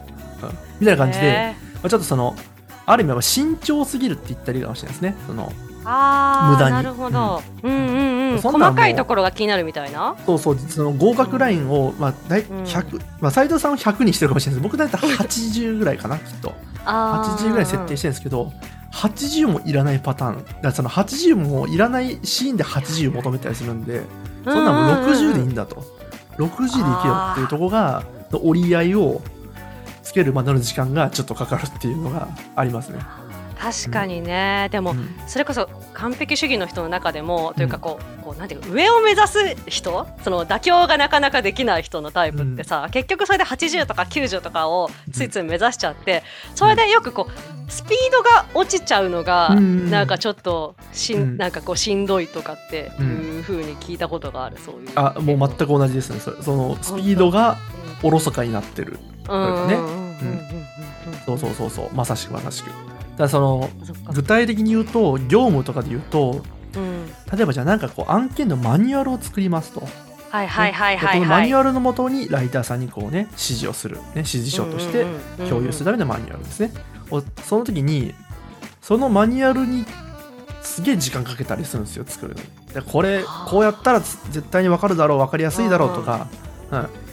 Speaker 1: みたいな感じで、
Speaker 2: ね
Speaker 1: まあちょっとそのある意味は慎重すぎるって言ったらいいかもしれないですねその
Speaker 2: あー
Speaker 1: 無駄に
Speaker 2: なるほど、うん、うんうん
Speaker 1: そんなんもう
Speaker 2: 細かいところが気になるみたいな
Speaker 1: そうそうその合格ラインを、まあ、だい
Speaker 2: うん
Speaker 1: 100、まあ、斉藤さんは100にしてるかもしれないです僕だいたい80ぐらいかなきっと80ぐらい設定してるんですけど80もいらないパターンだからその80もいらないシーンで80求めたりするんでそんなんもう60でいいんだと60でいけよっていうところがの折り合いをつけるまでの時間がちょっとかかるっていうのがありますね。
Speaker 2: 確かにね、でも、
Speaker 1: うん
Speaker 2: それこそ完璧主義の人の中でも、というかこうこうなんていうか上を目指す人その妥協がなかなかできない人のタイプってさ、結局それで80とか90とかをついつい目指しちゃってそれでよくこうスピードが落ちちゃうのが、
Speaker 1: うん
Speaker 2: なんかちょっとしん、
Speaker 1: うん
Speaker 2: なんかこうしんどいとかっていうふうに聞いたことがあるそういう。
Speaker 1: あもう全く同じですねそれそのスピードがおろそかになってる
Speaker 2: うん
Speaker 1: ね
Speaker 2: うんうんうんうんうん
Speaker 1: そうそうそうそうまさしくまさしくだからその
Speaker 2: そっか
Speaker 1: 具体的に言うと業務とかで言うと
Speaker 2: うん
Speaker 1: 例えばじゃあなんかこう案件のマニュアルを作りますと、
Speaker 2: はいはいはいは
Speaker 1: で
Speaker 2: い
Speaker 1: この
Speaker 2: は
Speaker 1: マ
Speaker 2: い
Speaker 1: ニュアルのもとにライターさんにこうね指示をする、ね、指示書として共有するためのマニュアルですね、おその時にそのマニュアルにすげえ時間かけたりするんですよ作るのにでこれ
Speaker 2: はあ
Speaker 1: こうやったらつ絶対に分かるだろう分かりやすいだろうとか、うん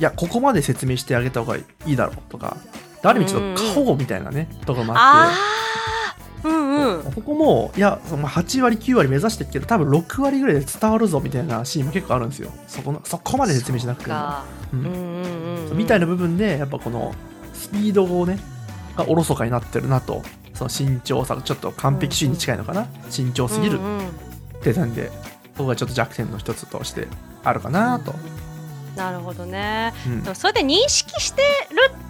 Speaker 1: いやここまで説明してあげた方がいいだろうとかである意味ちょっと過保護みたいなね、ところもあって
Speaker 2: ああうんうん
Speaker 1: ここもいやその8割9割目指してるけど多分6割ぐらいで伝わるぞみたいなシーンも結構あるんですよそこのそこまで説明しなくてもう
Speaker 2: うん
Speaker 1: ん
Speaker 2: うんうん
Speaker 1: みたい
Speaker 2: な
Speaker 1: な部分でやっぱこのスピードをねがおろそかになってるなとその慎重さちょっと完璧主義に近いのかな慎重すぎるってなんでそこがちょっと弱点の一つとしてあるかなと、
Speaker 2: なるほどね
Speaker 1: うん
Speaker 2: でもそれで認識して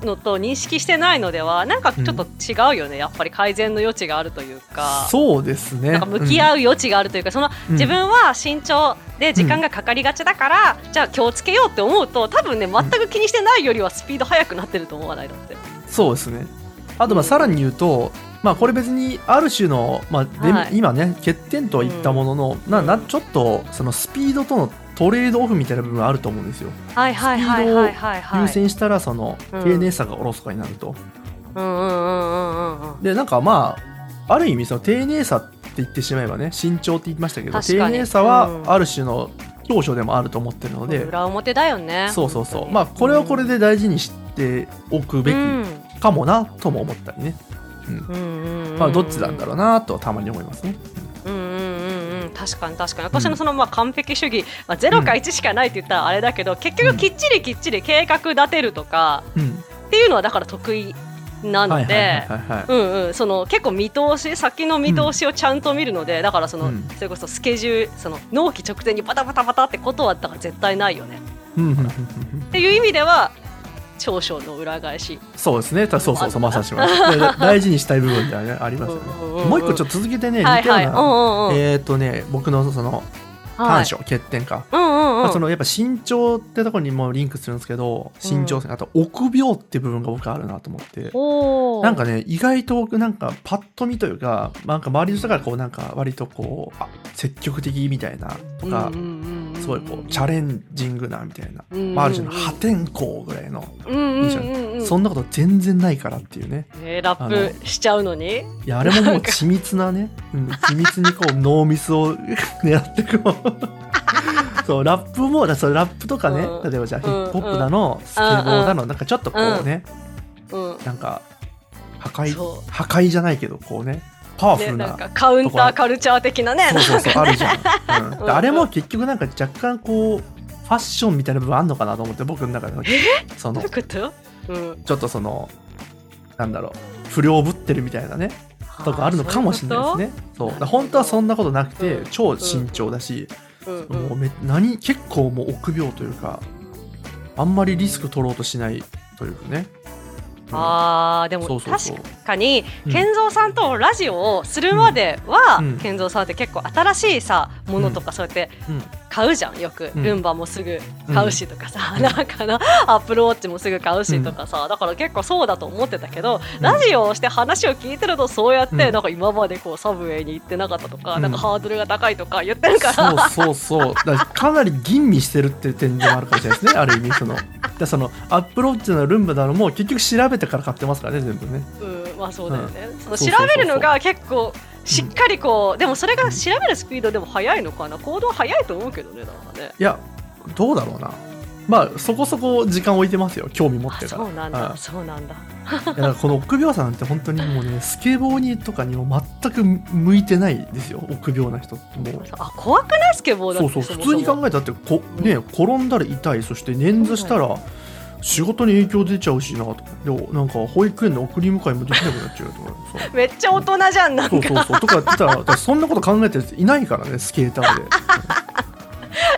Speaker 2: るのと認識してないのではなんかちょっと違うよね、やっぱり改善の余地があるというか
Speaker 1: そうですね
Speaker 2: なんか向き合う余地があるというか、その
Speaker 1: うん
Speaker 2: 自分は慎重で時間がかかりがちだから、じゃあ気をつけようって思うと多分ね全く気にしてないよりはスピード速くなってると思わないだって。
Speaker 1: そうですね。あとまあさらに言うと、まあ、これ別にある種の、まあデメ
Speaker 2: はい
Speaker 1: 今ね欠点とは言ったものの、なな
Speaker 2: うん
Speaker 1: ちょっとそのスピードとのトレードオフみたいな部分はあると思うんですよ。
Speaker 2: はいはいはいはいはいはい。
Speaker 1: 優先したらその
Speaker 2: うん
Speaker 1: 丁寧さがおろそかになると。
Speaker 2: うんうんうんうんうんうん。
Speaker 1: でなんかまあある意味その丁寧さって言ってしまえばね慎重って言いましたけど
Speaker 2: 確
Speaker 1: 丁
Speaker 2: かに
Speaker 1: 寧さ
Speaker 2: う
Speaker 1: は
Speaker 2: ん
Speaker 1: ある種の長所でもあると思ってるので、
Speaker 2: 裏表だよね。
Speaker 1: そうそうそう
Speaker 2: 本当
Speaker 1: まあ
Speaker 2: に
Speaker 1: これはこれで大事にしておくべきかもなとも思ったりね、
Speaker 2: うんうんうんうん
Speaker 1: まあ、どっちなんだろうなとはたまに思いますね。
Speaker 2: うんうんうんうん確かに確かに私のそのまあ完璧主義、まあ、0か1しかないって言ったらあれだけど、結局きっちりきっちり計画立てるとか
Speaker 1: うん
Speaker 2: っっていうのはだから得意な
Speaker 1: は
Speaker 2: の
Speaker 1: いはい
Speaker 2: で。
Speaker 1: はいはいはい
Speaker 2: うんうん、その結構見通し先の見通しをちゃんと見るので、だからその、
Speaker 1: うん
Speaker 2: それこそスケジュールその納期直前にバタバタバタってことはだから絶対ないよね
Speaker 1: うんうんうんうん
Speaker 2: っていう意味では長所の裏返し、
Speaker 1: そうですねたそうそうそうまさし
Speaker 2: [LAUGHS]
Speaker 1: まさしだ大事にしたい部分ってあれありますよね
Speaker 2: うんうんうん
Speaker 1: もう一個ちょっと続けてね似た
Speaker 2: はい
Speaker 1: ような、
Speaker 2: はいうんうんうん
Speaker 1: えっ、ー、とね僕のその短所、欠点か、
Speaker 2: はい、うんうんうん、
Speaker 1: まあ、そのやっぱ身長ってところにもリンクするんですけど身長線、あと臆病って部分が僕あるなと思って
Speaker 2: おー
Speaker 1: なんかね意外となんかパッと見というかなんか周りの人からこうなんか割とこうあ積極的みたいなとか、
Speaker 2: うんうんうんうん
Speaker 1: すごいこうチャレンジングなみたいな、
Speaker 2: うんうんうん
Speaker 1: まあ、ある種の破天荒ぐらいの、
Speaker 2: うんうんうんうん
Speaker 1: そんなこと全然ないからっていうね
Speaker 2: えーラップしちゃうのに
Speaker 1: いやあれももう緻密なねうん緻密にこうノーミスを [LAUGHS] 狙ってこう
Speaker 2: [LAUGHS]
Speaker 1: そうラップもだそうラップとかね、
Speaker 2: うん
Speaker 1: 例えばじゃあヒ
Speaker 2: うん
Speaker 1: ップホップだの、スケボーだの、なんかちょっとこうね、
Speaker 2: うん
Speaker 1: なんか破壊
Speaker 2: そ
Speaker 1: 破壊じゃないけどこうねパワ
Speaker 2: う
Speaker 1: フ
Speaker 2: ね
Speaker 1: ルな
Speaker 2: なんかカウンターカルチャー的なね
Speaker 1: そうそうそうあるじゃん、うん
Speaker 2: [LAUGHS] うん
Speaker 1: であれも結局なんか若干こうファッションみたいな部分あんのかなと思って僕の中ではその
Speaker 2: どういうこと、うん、
Speaker 1: ちょっとそのなんだろう不良ぶってるみたいなねとかあるのかもしれないですねそう
Speaker 2: う
Speaker 1: だ
Speaker 2: いうこと
Speaker 1: から本当はそんなことなくて
Speaker 2: うん
Speaker 1: 超慎重だし、
Speaker 2: あそういうこと。うんうん
Speaker 1: もうめ何結構もう臆病というかあんまりリスク取ろうとしないというかね、うん
Speaker 2: あーでも
Speaker 1: そうそうそう
Speaker 2: 確かに
Speaker 1: うん
Speaker 2: 健三さんとラジオをするまでは、
Speaker 1: うん
Speaker 2: 健三さんって結構新しいさものとかそうやって
Speaker 1: うん
Speaker 2: 買うじゃんよく、
Speaker 1: うん
Speaker 2: ルンバもすぐ買うしとかさ、なんかなアップルウォッチもすぐ買うしとかさ、だから結構そうだと思ってたけど、
Speaker 1: ん
Speaker 2: ラジオをして話を聞いてるとそうやって、
Speaker 1: うん
Speaker 2: なんか今までこうサブウェイに行ってなかったとか、
Speaker 1: うん
Speaker 2: なんかハードルが高いとか言ってるから。
Speaker 1: そうそうそうだからかなり吟味してるっていう点でもあるかもしれないですねある意味そのだからそのアップローチのルンバだのも結局調べてから買ってますからね全部ね
Speaker 2: うん、まあそうだよね、その
Speaker 1: そう
Speaker 2: 調
Speaker 1: そうそうそう
Speaker 2: べるのが結構しっかりこう、でもそれが調べるスピードでも速いのかな行動早いと思うけどねなんかね
Speaker 1: いやどうだろうなまあそこそこ時間置いてますよ興味持っ
Speaker 2: あ
Speaker 1: てから
Speaker 2: そうなん
Speaker 1: はい
Speaker 2: だ、そうなんだ
Speaker 1: いやだからこの臆病さんって本当にもうねスケボーにとかにも全く向いてないですよ臆病な人ってもう
Speaker 2: あ怖くないスケボーだ
Speaker 1: そ
Speaker 2: っ
Speaker 1: う
Speaker 2: て
Speaker 1: そう普通に考えたってこ、
Speaker 2: うん
Speaker 1: ね、転んだら痛いそして捻挫したら仕事に影響出ちゃうしなとでなんか保育園の送り迎えもできなくなっちゃうとかそう
Speaker 2: えめっちゃ大人じゃんなんか
Speaker 1: そうそうそうとかやってたらだからそんなこと考えてる人いないからねスケーターで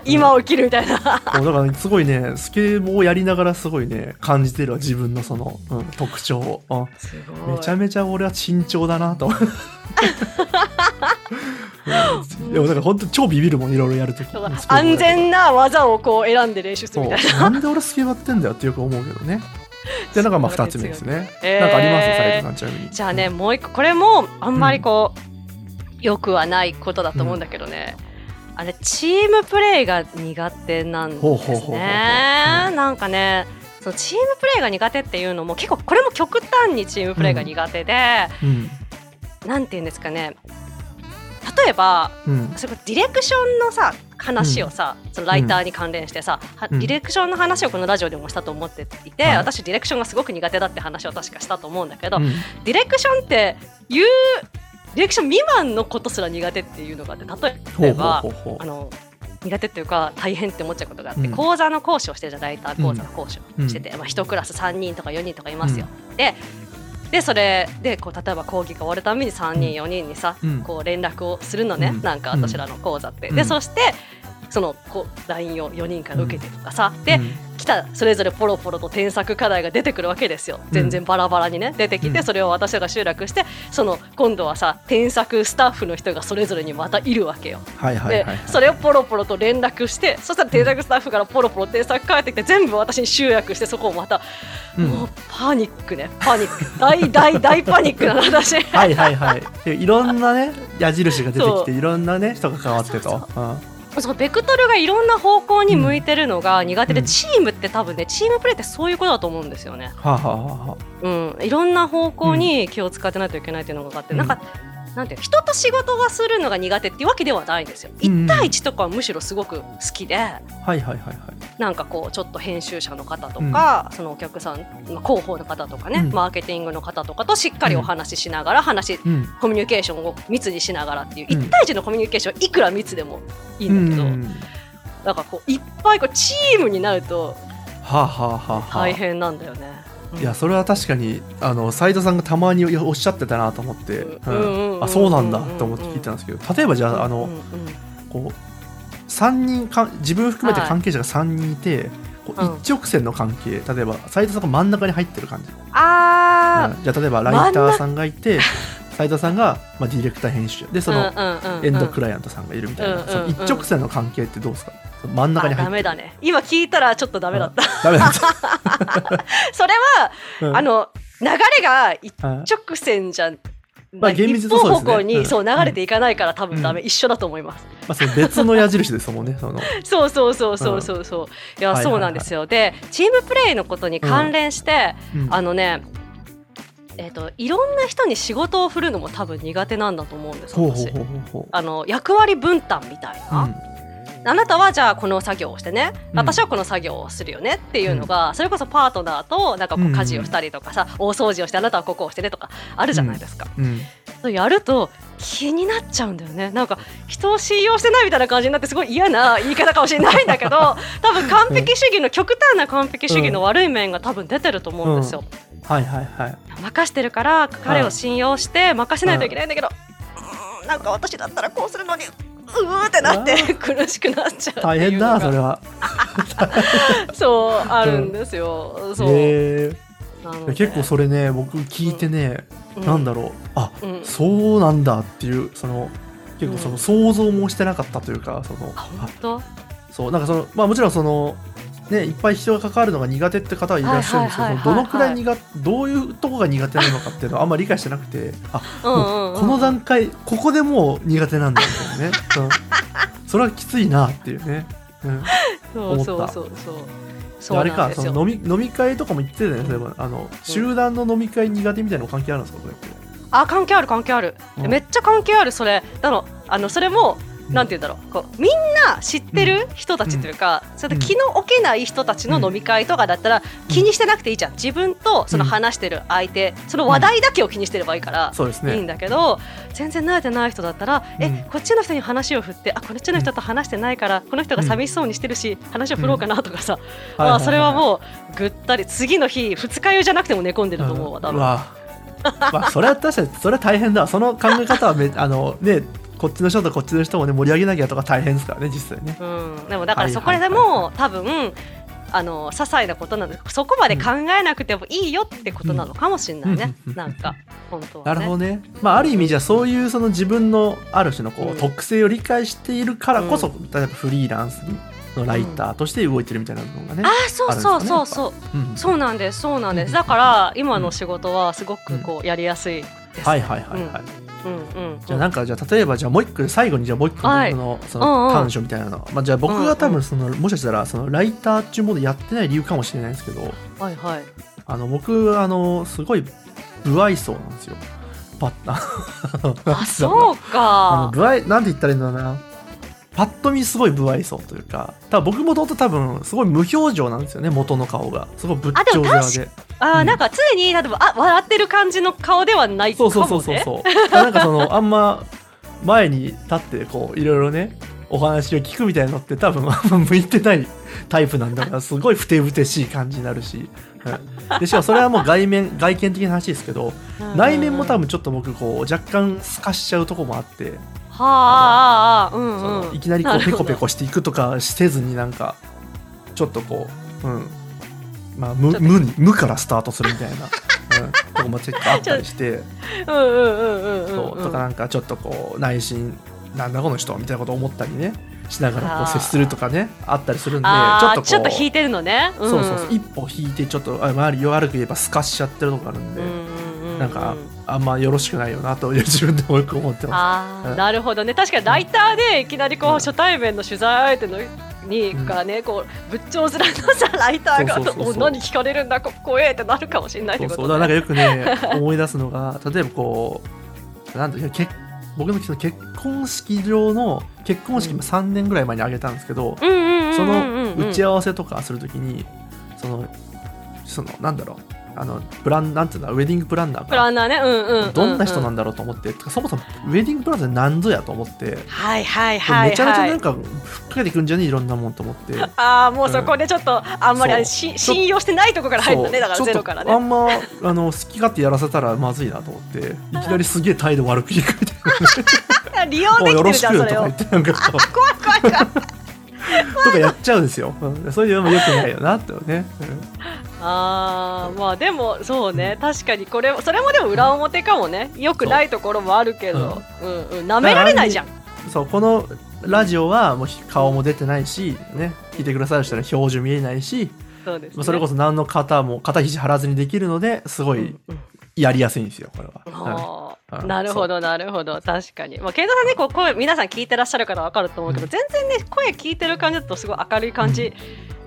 Speaker 2: 今起きるみたいな
Speaker 1: [LAUGHS] そうだからすごいねスケボーやりながらすごいね感じてるわ自分のその、うん、特徴を、うん
Speaker 2: すごい
Speaker 1: めちゃめちゃ俺は慎重だ
Speaker 2: [LAUGHS]
Speaker 1: なと思ってうんでもなんか本当超ビビるもんいろいろやるとき
Speaker 2: だから安全な技をこう選んで練習す
Speaker 1: そ
Speaker 2: る
Speaker 1: う
Speaker 2: みたいな
Speaker 1: なんで俺スケバってんだよってよく思うけど
Speaker 2: [LAUGHS]
Speaker 1: ねでなんかまあ2つ目ですね、
Speaker 2: えー
Speaker 1: なんかあります斉藤さんちなみに
Speaker 2: じゃあねもう一個これもあんまりこう、よくはないことだと思うんだけどね、あれチームプレーが苦手なんですね
Speaker 1: ほうほうほうほうほうう
Speaker 2: なんかねそのチームプレーが苦手っていうのも結構これも極端にチームプレーが苦手で、
Speaker 1: うん
Speaker 2: なんて言うんですかね例えば
Speaker 1: うん
Speaker 2: それこそディレクションのさ話をさ、そのライターに関連してさ、は
Speaker 1: うん
Speaker 2: ディレクションの話をこのラジオでもしたと思っていて、
Speaker 1: はい
Speaker 2: 私ディレクションがすごく苦手だって話を確かしたと思うんだけど、
Speaker 1: うん
Speaker 2: ディレクションっていうディレクション未満のことすら苦手っていうのがあって
Speaker 1: ほ
Speaker 2: 例
Speaker 1: う
Speaker 2: えば
Speaker 1: ほうほうほ
Speaker 2: あの苦手っていうか大変って思っちゃうことがあって、
Speaker 1: うん
Speaker 2: 講座の講師をしてるじゃんライター講座の講師
Speaker 1: う
Speaker 2: を
Speaker 1: ん
Speaker 2: してて、まあ、1クラス3人とか4人とかいますよ。ででそれでこう例えば講義が終わるために3人4人にさ、
Speaker 1: うん
Speaker 2: こう連絡をするのね、
Speaker 1: うん
Speaker 2: なんか私らの講座って。
Speaker 1: うん
Speaker 2: でそしてそのこう LINE を4人から受けてとかさ、
Speaker 1: う
Speaker 2: で
Speaker 1: うん
Speaker 2: 来たそれぞれポロポロと添削課題が出てくるわけですよ全然バラバラにね出てき
Speaker 1: う
Speaker 2: て
Speaker 1: ん
Speaker 2: それを私らが集落してその今度はさ添削スタッフの人がそれぞれにまたいるわけよ
Speaker 1: はいはい
Speaker 2: で
Speaker 1: はい
Speaker 2: それをポロポロと連絡してそしたら添削スタッフからポロポロ添削返ってきて全部私に集約してそこをまた
Speaker 1: うん
Speaker 2: もうパニックねパニック大大 [LAUGHS] 大パニックなの私
Speaker 1: はいはいはいでいろんなね矢印が出てき
Speaker 2: そう
Speaker 1: ていろんなね人が変わってと
Speaker 2: そう
Speaker 1: うん
Speaker 2: そのベクトルがいろんな方向に向いてるのが苦手で
Speaker 1: うん
Speaker 2: チームって多分ねチームプレーってそういうことだと思うんですよね
Speaker 1: はあはあはあは
Speaker 2: うん、いろんな方向に気を使ってないといけないっていうのがあって、
Speaker 1: うん
Speaker 2: なんかなんていうの人と仕事がするのが苦手っていうわけではないんですよ。
Speaker 1: うん
Speaker 2: 1対1とかはむしろすごく好きで
Speaker 1: あはいはいはいはい
Speaker 2: なんかこうちょっと編集者の方とか、そのお客さんまあ広報の方とかね、
Speaker 1: うん
Speaker 2: マーケティングの方とかとしっかりお話ししながら話、
Speaker 1: うん
Speaker 2: コミュニケーションを密にしながらっていう
Speaker 1: うん
Speaker 2: 1対1のコミュニケーションはいくら密でもいいんだけど、
Speaker 1: うんは
Speaker 2: なんかこういっぱいこうチームになると
Speaker 1: あはあはあはあ
Speaker 2: 大変なんだよね。
Speaker 1: いやそれは確かにあの斉藤さんがたまにおっしゃってたなと思って、
Speaker 2: う
Speaker 1: うん
Speaker 2: うんうんうん
Speaker 1: ん、あそうなんだと思って聞いたんですけど例えばじゃああの、
Speaker 2: うんうんうん
Speaker 1: こう3人か自分含めて
Speaker 2: はい
Speaker 1: 関係者が3人いて、こう
Speaker 2: うん
Speaker 1: 一直線の関係例えば斉藤さんが真ん中に入ってる感じ、
Speaker 2: あ
Speaker 1: うんじゃあ例えばライターさんがい
Speaker 2: [LAUGHS]
Speaker 1: て斉藤さんが、まあ、ディレクター編集者で
Speaker 2: ー
Speaker 1: その、
Speaker 2: の
Speaker 1: エンドク
Speaker 2: ラ
Speaker 1: ライアントさんがいるみたいな、
Speaker 2: うんうんうん
Speaker 1: その一直線の関係ってどうですかその真ん中に入
Speaker 2: ダ
Speaker 1: って
Speaker 2: メだね今聞いたらちょっとダメだった
Speaker 1: [LAUGHS] ダメだった、
Speaker 2: [LAUGHS] それは
Speaker 1: うん
Speaker 2: あの流れが一
Speaker 1: はい
Speaker 2: 直線じゃん
Speaker 1: まあ厳密に
Speaker 2: 一
Speaker 1: そう
Speaker 2: 方
Speaker 1: ですね
Speaker 2: 方向
Speaker 1: う
Speaker 2: に
Speaker 1: ん
Speaker 2: そう流れていかないから多分ダメ
Speaker 1: う
Speaker 2: 一緒だと思います
Speaker 1: まあ、その別の矢印ですもんね
Speaker 2: [LAUGHS]
Speaker 1: その
Speaker 2: そうそうそうそうそうそう、いや、
Speaker 1: はいはいはい
Speaker 2: そうなんですよでチームプレーのことに関連して、
Speaker 1: うん
Speaker 2: あのねえっ、といろんな人に仕事を振るのも多分苦手なんだと思うんです
Speaker 1: ほうほ
Speaker 2: 私
Speaker 1: うほうほうほう
Speaker 2: あの役割分担みたいな、あなたはじゃあこの作業をしてね、
Speaker 1: うん
Speaker 2: 私はこの作業をするよねっていうのが、それこそパートナーとなんかこ
Speaker 1: うんう
Speaker 2: うん家事をしたりとかさ、大掃除をしてあなたはここをしてねとかあるじゃないですか、
Speaker 1: うんうん
Speaker 2: そうやると気になっちゃうんだよねなんか人を信用してないみたいな感じになってすごい嫌 [LAUGHS] な言い方かもしれないんだけど多分完璧主義の極端な完璧主義の悪い面が多分出てると思うんですよ、
Speaker 1: はいはいはい
Speaker 2: 任してるから彼を信用して任せないといけないんだけど、うーんなんか私だったらこうするのにうーってな
Speaker 1: あ
Speaker 2: って苦しくなっちゃうっていうのが
Speaker 1: 大変だそれは
Speaker 2: そうあるんですよ、そう、
Speaker 1: へー
Speaker 2: なの
Speaker 1: い
Speaker 2: で
Speaker 1: や結構それね僕聞いてね、
Speaker 2: う
Speaker 1: なんだろうあ
Speaker 2: うん
Speaker 1: そうなんだっていうその結構そ
Speaker 2: うん
Speaker 1: の想像もしてなかったというかそのあ
Speaker 2: あ本当
Speaker 1: そうなんかそのまあもちろんそのねいっぱい人が関わるのが苦手って方はいらっしゃるんですけどそ
Speaker 2: はいはいはい
Speaker 1: のどのくらい苦どういうとこが苦手なのかっていうのはあんまり理解してなくてあもうこの段階ここでもう苦手なんだみたいなね、
Speaker 2: [LAUGHS]
Speaker 1: うんそれはきついなっていうね、うん、
Speaker 2: そうそ
Speaker 1: 思
Speaker 2: う
Speaker 1: った
Speaker 2: そうそう
Speaker 1: あ
Speaker 2: そう
Speaker 1: れ
Speaker 2: なん
Speaker 1: か
Speaker 2: です
Speaker 1: そ
Speaker 2: よ
Speaker 1: の飲み飲み会とかも言ってたよねそういえばあの集団の飲み会苦手みたいなの関係あるんですかこれって
Speaker 2: あ関係ある関係ある、
Speaker 1: うん
Speaker 2: めっちゃ関係あるそれだのあのそれもなんて言うんだろうこうみんな知ってる人たちというか、それで気の置けない人たちの飲み会とかだったら気にしてなくていいじゃん自分とその話してる相手その話題だけを気にしてればいいから、
Speaker 1: そうです
Speaker 2: いい
Speaker 1: ね
Speaker 2: んだけど全然慣れてない人だったら、
Speaker 1: う
Speaker 2: え
Speaker 1: ん
Speaker 2: こっちの人に話を振ってあこっちの人と話してないからこの人が寂しそうにしてるし、話を振ろうかなとかさ、まあ、それは
Speaker 1: う
Speaker 2: もうぐったり次の日二日酔いじゃなくても寝込んでると思うわ多
Speaker 1: ん
Speaker 2: 分。
Speaker 1: わまあそれは確かにそれは大変だその考え方は
Speaker 2: [LAUGHS]
Speaker 1: めあのねこっちの人とこっちの人もね盛り上げなきゃとか大変ですからね実際ね
Speaker 2: うん、でもだか
Speaker 1: は
Speaker 2: ら
Speaker 1: い
Speaker 2: そこでもう多分あの些細なことなんでそこまで考えなくてもいいよってことなのかもしれないね、
Speaker 1: うん
Speaker 2: なんか本当
Speaker 1: な
Speaker 2: は
Speaker 1: るほ
Speaker 2: ね。
Speaker 1: どね、まあ、ある意味じゃあそういうその自分のある種のこう、
Speaker 2: うん
Speaker 1: 特性を理解しているからこそ、
Speaker 2: う
Speaker 1: 例えばフリーランスのライターとして動いてるみたいなのがね
Speaker 2: あ、ーそうそうそうそう、
Speaker 1: うん
Speaker 2: そうなんですそうなんですだから今の仕事はすごくこうやりやすいです。
Speaker 1: はいはいはいはい、
Speaker 2: うんうん
Speaker 1: じゃあなんかじゃあ例えばじゃあもう一個最後にじゃあもう一個
Speaker 2: はい
Speaker 1: 僕のそ
Speaker 2: うんう
Speaker 1: の
Speaker 2: ん
Speaker 1: 短所みたいなの、まあ、じゃあ僕
Speaker 2: うんうん
Speaker 1: が多分そのもしかしたらそのライター中ものやってない理由かもしれないんですけど
Speaker 2: はいはい
Speaker 1: あの僕あのすごい不愛想なんですよパッ
Speaker 2: あ
Speaker 1: う
Speaker 2: そう
Speaker 1: あの
Speaker 2: か
Speaker 1: 不愛なんて言ったらいいんだろうなパッと見すごい不愛想というか多分僕もともと多分すごい無表情なんですよね元の顔がすごい仏頂面
Speaker 2: あで
Speaker 1: で
Speaker 2: あ
Speaker 1: う
Speaker 2: ー
Speaker 1: ん
Speaker 2: なんか常に例えばあ笑ってる感じの顔ではないか
Speaker 1: そう
Speaker 2: もね
Speaker 1: そうそうそうそうなんかそのあんま前に立ってこういろいろねお話を聞くみたいなのって多分あんま向いてないタイプなんだからすごいふてぶてしい感じになるし、うんでしかもそれはもう外面外見的な話ですけど
Speaker 2: うんうん
Speaker 1: 内面も多分ちょっと僕こう若干透かしちゃうとこもあって
Speaker 2: はああーあー
Speaker 1: そ
Speaker 2: うんう
Speaker 1: の
Speaker 2: ん
Speaker 1: いきなりこ
Speaker 2: な
Speaker 1: う
Speaker 2: る
Speaker 1: ペ
Speaker 2: ほ
Speaker 1: コ
Speaker 2: ど
Speaker 1: ペコしていくとかせずになんかちょっとこううんまあ
Speaker 2: ちょ
Speaker 1: 無
Speaker 2: っと
Speaker 1: 無に無からスタートするみたいな、うん、とこも結構あったり
Speaker 2: [LAUGHS]
Speaker 1: して。
Speaker 2: うんうんうんうんうん
Speaker 1: そう
Speaker 2: うん
Speaker 1: とかなんかちょっとこう内心なんだこの人みたいなこと思ったりねしながらこ
Speaker 2: あ
Speaker 1: う
Speaker 2: ー
Speaker 1: 接するとかねあったりするんで
Speaker 2: あー
Speaker 1: ちょっとこう
Speaker 2: ちょっと引いてるのね。ん
Speaker 1: そうそうそう一歩引いてちょっとあ周り悪く言えばすかしちゃってるとこあるんで、
Speaker 2: うんう
Speaker 1: なんかあんまよろしくないよなという自分でもよく思ってま
Speaker 2: あー
Speaker 1: うん
Speaker 2: なるほどね確かにライターでいきなりこう、
Speaker 1: うん
Speaker 2: 初対面の取材相手のに
Speaker 1: うん
Speaker 2: がねこうぶっちょうずらのさライターが
Speaker 1: そうそうそうそう
Speaker 2: お何聞かれるんだこ怖えってなるかもしれないっ
Speaker 1: す。そ
Speaker 2: て
Speaker 1: う
Speaker 2: こ
Speaker 1: そ
Speaker 2: と
Speaker 1: うだから
Speaker 2: ね
Speaker 1: なんかよくね思い出すのが例えばこうなんていう結僕のその結婚式場の結婚式も3年ぐらい前にあげたんですけど、
Speaker 2: うんうんうんうんうん
Speaker 1: その打ち合わせとかするときにそのそのなんだろうあのプランなんていうんだウェディングプランナー
Speaker 2: プ
Speaker 1: か
Speaker 2: ランナーね、うんうんうんうん、
Speaker 1: どんな人なんだろうと思って、てかそもそもウェディングプランナー何ぞやと思って
Speaker 2: はいはいはい、はい、
Speaker 1: めちゃめちゃなんかふっかけてくんじゃねいろんなもんと思って。
Speaker 2: ああもうそこでちょっとあんまりあれし
Speaker 1: そう
Speaker 2: 信用してないとこから入ったねだから
Speaker 1: そう
Speaker 2: ゼ
Speaker 1: ちょ
Speaker 2: ロ
Speaker 1: っ
Speaker 2: から
Speaker 1: とあ
Speaker 2: ね
Speaker 1: んまあの好き勝手やらせたらまずいなと思っていきなりすげえ態度悪く言いかけて
Speaker 2: 利用
Speaker 1: もう
Speaker 2: でき
Speaker 1: よろ
Speaker 2: てる
Speaker 1: し
Speaker 2: じゃ
Speaker 1: く
Speaker 2: ん
Speaker 1: よと
Speaker 2: それ
Speaker 1: か
Speaker 2: を
Speaker 1: 言ってなんかこう
Speaker 2: 怖い怖い怖い
Speaker 1: [LAUGHS] とかやっちゃうんですよ。うんそういうのも良くないよなってね。
Speaker 2: あーまあでもそうね確かにこれそれもでも裏表かもねよくないところもあるけどうんうんなめられないじゃん
Speaker 1: うんそうこのラジオはもう顔も出てないしね聞いてくださる人の表情見えないし、
Speaker 2: そうです、
Speaker 1: ま
Speaker 2: ね、
Speaker 1: あ、それこそ何の肩も肩肘張らずにできるのですごい
Speaker 2: うんうん
Speaker 1: やりやすいんですよこれは。
Speaker 2: あ
Speaker 1: は
Speaker 2: ー
Speaker 1: い
Speaker 2: なるほどなるほど確かに、まあ、健太さんねこう声皆さん聞いてらっしゃる方わかると思うけど全然ね声聞いてる感じだとすごい明るい感じ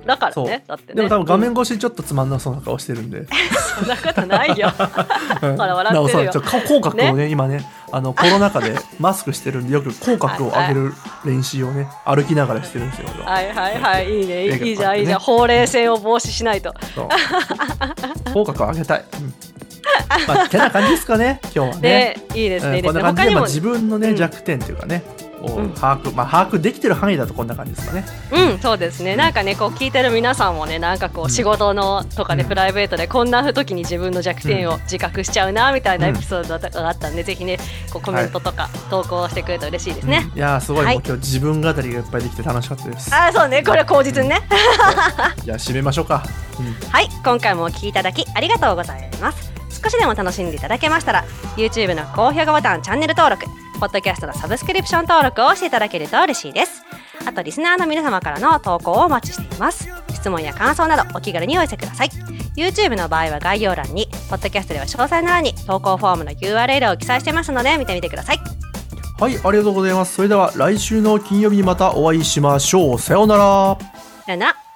Speaker 2: だからね、だって
Speaker 1: うん
Speaker 2: ね
Speaker 1: でも多分画面
Speaker 2: うん
Speaker 1: 越しにちょっとつまんなそうな顔してるんで。
Speaker 2: そんなことな
Speaker 1: [LAUGHS]
Speaker 2: いよ
Speaker 1: うん
Speaker 2: ほら笑ってるよ
Speaker 1: なんかそうちょっと口角をね今ねあのコロナ禍でマスクしてるんでよく口角を上げる練習をね歩きながらしてるんですよ。俺は
Speaker 2: はいはいはいいいねいいいいじゃんいいじゃん
Speaker 1: ね
Speaker 2: ほうれい線を防止しないと
Speaker 1: そう口角を上げたい。うんまあ、てな感じですかね今日はね。
Speaker 2: でいいですねいい
Speaker 1: うんこ
Speaker 2: で
Speaker 1: ん
Speaker 2: すね
Speaker 1: な感じ
Speaker 2: 他
Speaker 1: で、
Speaker 2: に
Speaker 1: まあ、
Speaker 2: も
Speaker 1: 自分のね、
Speaker 2: うん
Speaker 1: 弱点というかねを
Speaker 2: うん
Speaker 1: 把握、まあ、把握できてる範囲だとこんな感じですかね。
Speaker 2: うんそうですねなんかねこう聞いてる皆さんもねなんかこ
Speaker 1: うん
Speaker 2: う仕事のとかで
Speaker 1: うん
Speaker 2: プライベートでこんな時に自分の弱点
Speaker 1: う
Speaker 2: を自覚しちゃうなみたいな
Speaker 1: うん
Speaker 2: エピソードとかがあったんでぜひねこうコメントとか投稿してくれると嬉しいです
Speaker 1: う
Speaker 2: ね
Speaker 1: んいやーすごい、
Speaker 2: はい
Speaker 1: もう今日自分語りがいっぱいできて楽しかったです。
Speaker 2: あーそうねこれは口実にね
Speaker 1: じゃあ締めましょうか。うん
Speaker 2: はい今回もお聞きいただきありがとうございます少しでも楽しんでいただけましたら YouTube の高評価ボタンチャンネル登録ポッドキャストのサブスクリプション登録をしていただけると嬉しいですあとリスナーの皆様からの投稿をお待ちしています質問や感想などお気軽にお寄せください YouTube の場合は概要欄にポッドキャストでは詳細の欄に投稿フォームの URL を記載してますので見てみてください
Speaker 1: はい、ありがとうございます。それでは来週の金曜日にまたお会いしましょう。さようなら。
Speaker 2: さよなら